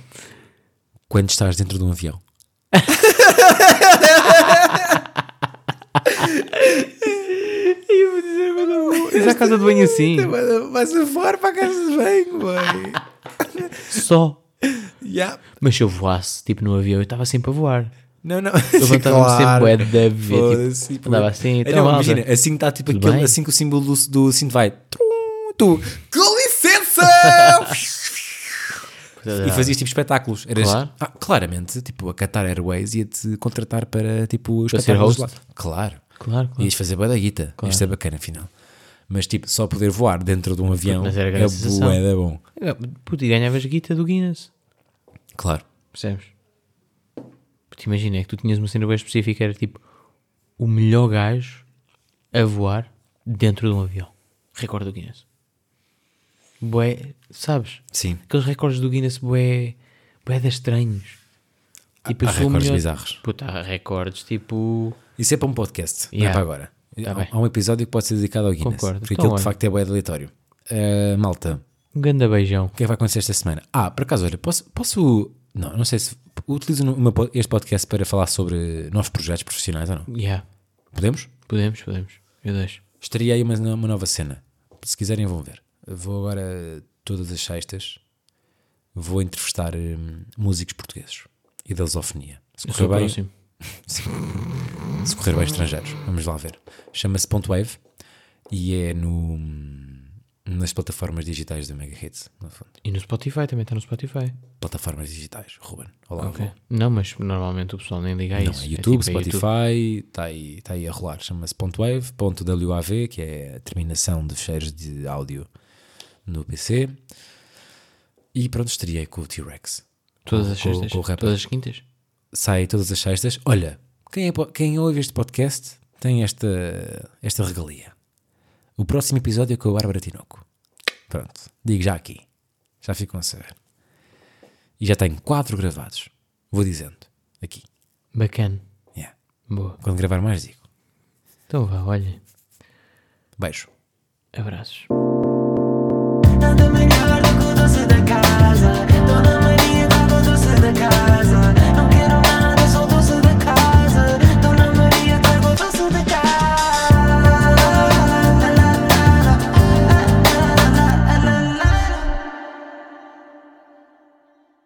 [SPEAKER 2] quando estás dentro de um avião.
[SPEAKER 1] [LAUGHS] Eu vou dizer, mas não vou. Isso é a casa de banho assim.
[SPEAKER 2] Vais a voar para a casa de
[SPEAKER 1] [LAUGHS]
[SPEAKER 2] banho, boy.
[SPEAKER 1] Só.
[SPEAKER 2] yeah.
[SPEAKER 1] Mas se eu voasse, tipo, no avião, eu estava sempre a voar.
[SPEAKER 2] Não, não.
[SPEAKER 1] Eu levantava-me sempre, é da ver.
[SPEAKER 2] Foda-se,
[SPEAKER 1] Tipo,
[SPEAKER 2] tipo,
[SPEAKER 1] andava assim,
[SPEAKER 2] Então,
[SPEAKER 1] então, malta.
[SPEAKER 2] imagina, assim que está tipo
[SPEAKER 1] Tudo
[SPEAKER 2] aquele,
[SPEAKER 1] bem?
[SPEAKER 2] assim que o símbolo do, do cinto vai. Trum, tu, com licença!
[SPEAKER 1] [LAUGHS]
[SPEAKER 2] e fazias tipo espetáculos. Eras,
[SPEAKER 1] Claro.
[SPEAKER 2] Ah, claramente, tipo, a Qatar Airways ia-te contratar para tipo
[SPEAKER 1] Para ser
[SPEAKER 2] espetáculos
[SPEAKER 1] host?
[SPEAKER 2] lá. Claro.
[SPEAKER 1] Claro, claro.
[SPEAKER 2] Ias fazer bué da guita. Isto é bacana, afinal. Mas tipo, só poder voar dentro de um avião
[SPEAKER 1] mas era
[SPEAKER 2] é
[SPEAKER 1] grande sensação.
[SPEAKER 2] bué da bom.
[SPEAKER 1] Puta, e ganhavas guita do Guinness.
[SPEAKER 2] Claro.
[SPEAKER 1] Percebes? Porque imagina, é que tu tinhas uma cena bem específica, era tipo o melhor gajo a voar dentro de um avião. Recorde do Guinness. Bué, sabes?
[SPEAKER 2] Sim.
[SPEAKER 1] Aqueles recordes do Guinness bué, bué de estranhos. Tipo,
[SPEAKER 2] Há-
[SPEAKER 1] eu
[SPEAKER 2] há
[SPEAKER 1] sou o
[SPEAKER 2] recordes
[SPEAKER 1] melhor-
[SPEAKER 2] bizarros.
[SPEAKER 1] Puta, há recordes tipo...
[SPEAKER 2] Isso é para um podcast, não é
[SPEAKER 1] Yeah.
[SPEAKER 2] para agora.
[SPEAKER 1] Tá
[SPEAKER 2] há,
[SPEAKER 1] bem.
[SPEAKER 2] há um episódio que pode ser dedicado ao Guinness.
[SPEAKER 1] Concordo.
[SPEAKER 2] Porque
[SPEAKER 1] Então,
[SPEAKER 2] aquilo de
[SPEAKER 1] olha.
[SPEAKER 2] facto é bué de aleatório. Ah, malta,
[SPEAKER 1] Um ganda beijão.
[SPEAKER 2] o que é que vai acontecer esta semana? Ah, por acaso, olha, posso. posso não, não sei se. Utilizo no- o meu po- este podcast para falar sobre novos projetos profissionais ou não.
[SPEAKER 1] Yeah.
[SPEAKER 2] Podemos?
[SPEAKER 1] Podemos, podemos. Eu deixo.
[SPEAKER 2] Estaria aí uma, uma nova cena. Se quiserem, vão ver. Vou agora, todas as sextas, vou entrevistar hum, músicos portugueses e da lusofonia. Se
[SPEAKER 1] Eu sou o
[SPEAKER 2] correr bem,
[SPEAKER 1] próximo.
[SPEAKER 2] se correr bem estrangeiros. Vamos lá ver. Chama-se Ponto Wave e é no, nas plataformas digitais da Mega Hits, no fundo.
[SPEAKER 1] E no Spotify também está no Spotify.
[SPEAKER 2] Plataformas digitais, Ruben. Olá,
[SPEAKER 1] Ok.
[SPEAKER 2] Ruben.
[SPEAKER 1] Não, mas normalmente o pessoal nem liga a
[SPEAKER 2] Não,
[SPEAKER 1] isso.
[SPEAKER 2] é
[SPEAKER 1] É
[SPEAKER 2] YouTube,
[SPEAKER 1] tipo, é YouTube.
[SPEAKER 2] Spotify, está aí, tá aí a rolar. Chama-se .wave, .wav, que é a terminação de fecheiros de áudio no PC. E pronto, estreiei com o T-Rex.
[SPEAKER 1] Todas as
[SPEAKER 2] Com-
[SPEAKER 1] sextas.
[SPEAKER 2] com o rapper.
[SPEAKER 1] Todas as quintas.
[SPEAKER 2] Sai todas as sextas. Olha, quem, é po- quem ouve este podcast tem esta, esta regalia. O próximo episódio é com a Bárbara Tinoco. Pronto, digo já aqui. Já ficam a saber. E já tenho quatro gravados. Vou dizendo. Aqui.
[SPEAKER 1] Bacana.
[SPEAKER 2] Yeah.
[SPEAKER 1] Boa.
[SPEAKER 2] Quando gravar mais digo.
[SPEAKER 1] Então vá, olha.
[SPEAKER 2] Beijo.
[SPEAKER 1] Abraços.
[SPEAKER 3] Nada melhor do que o doce da casa.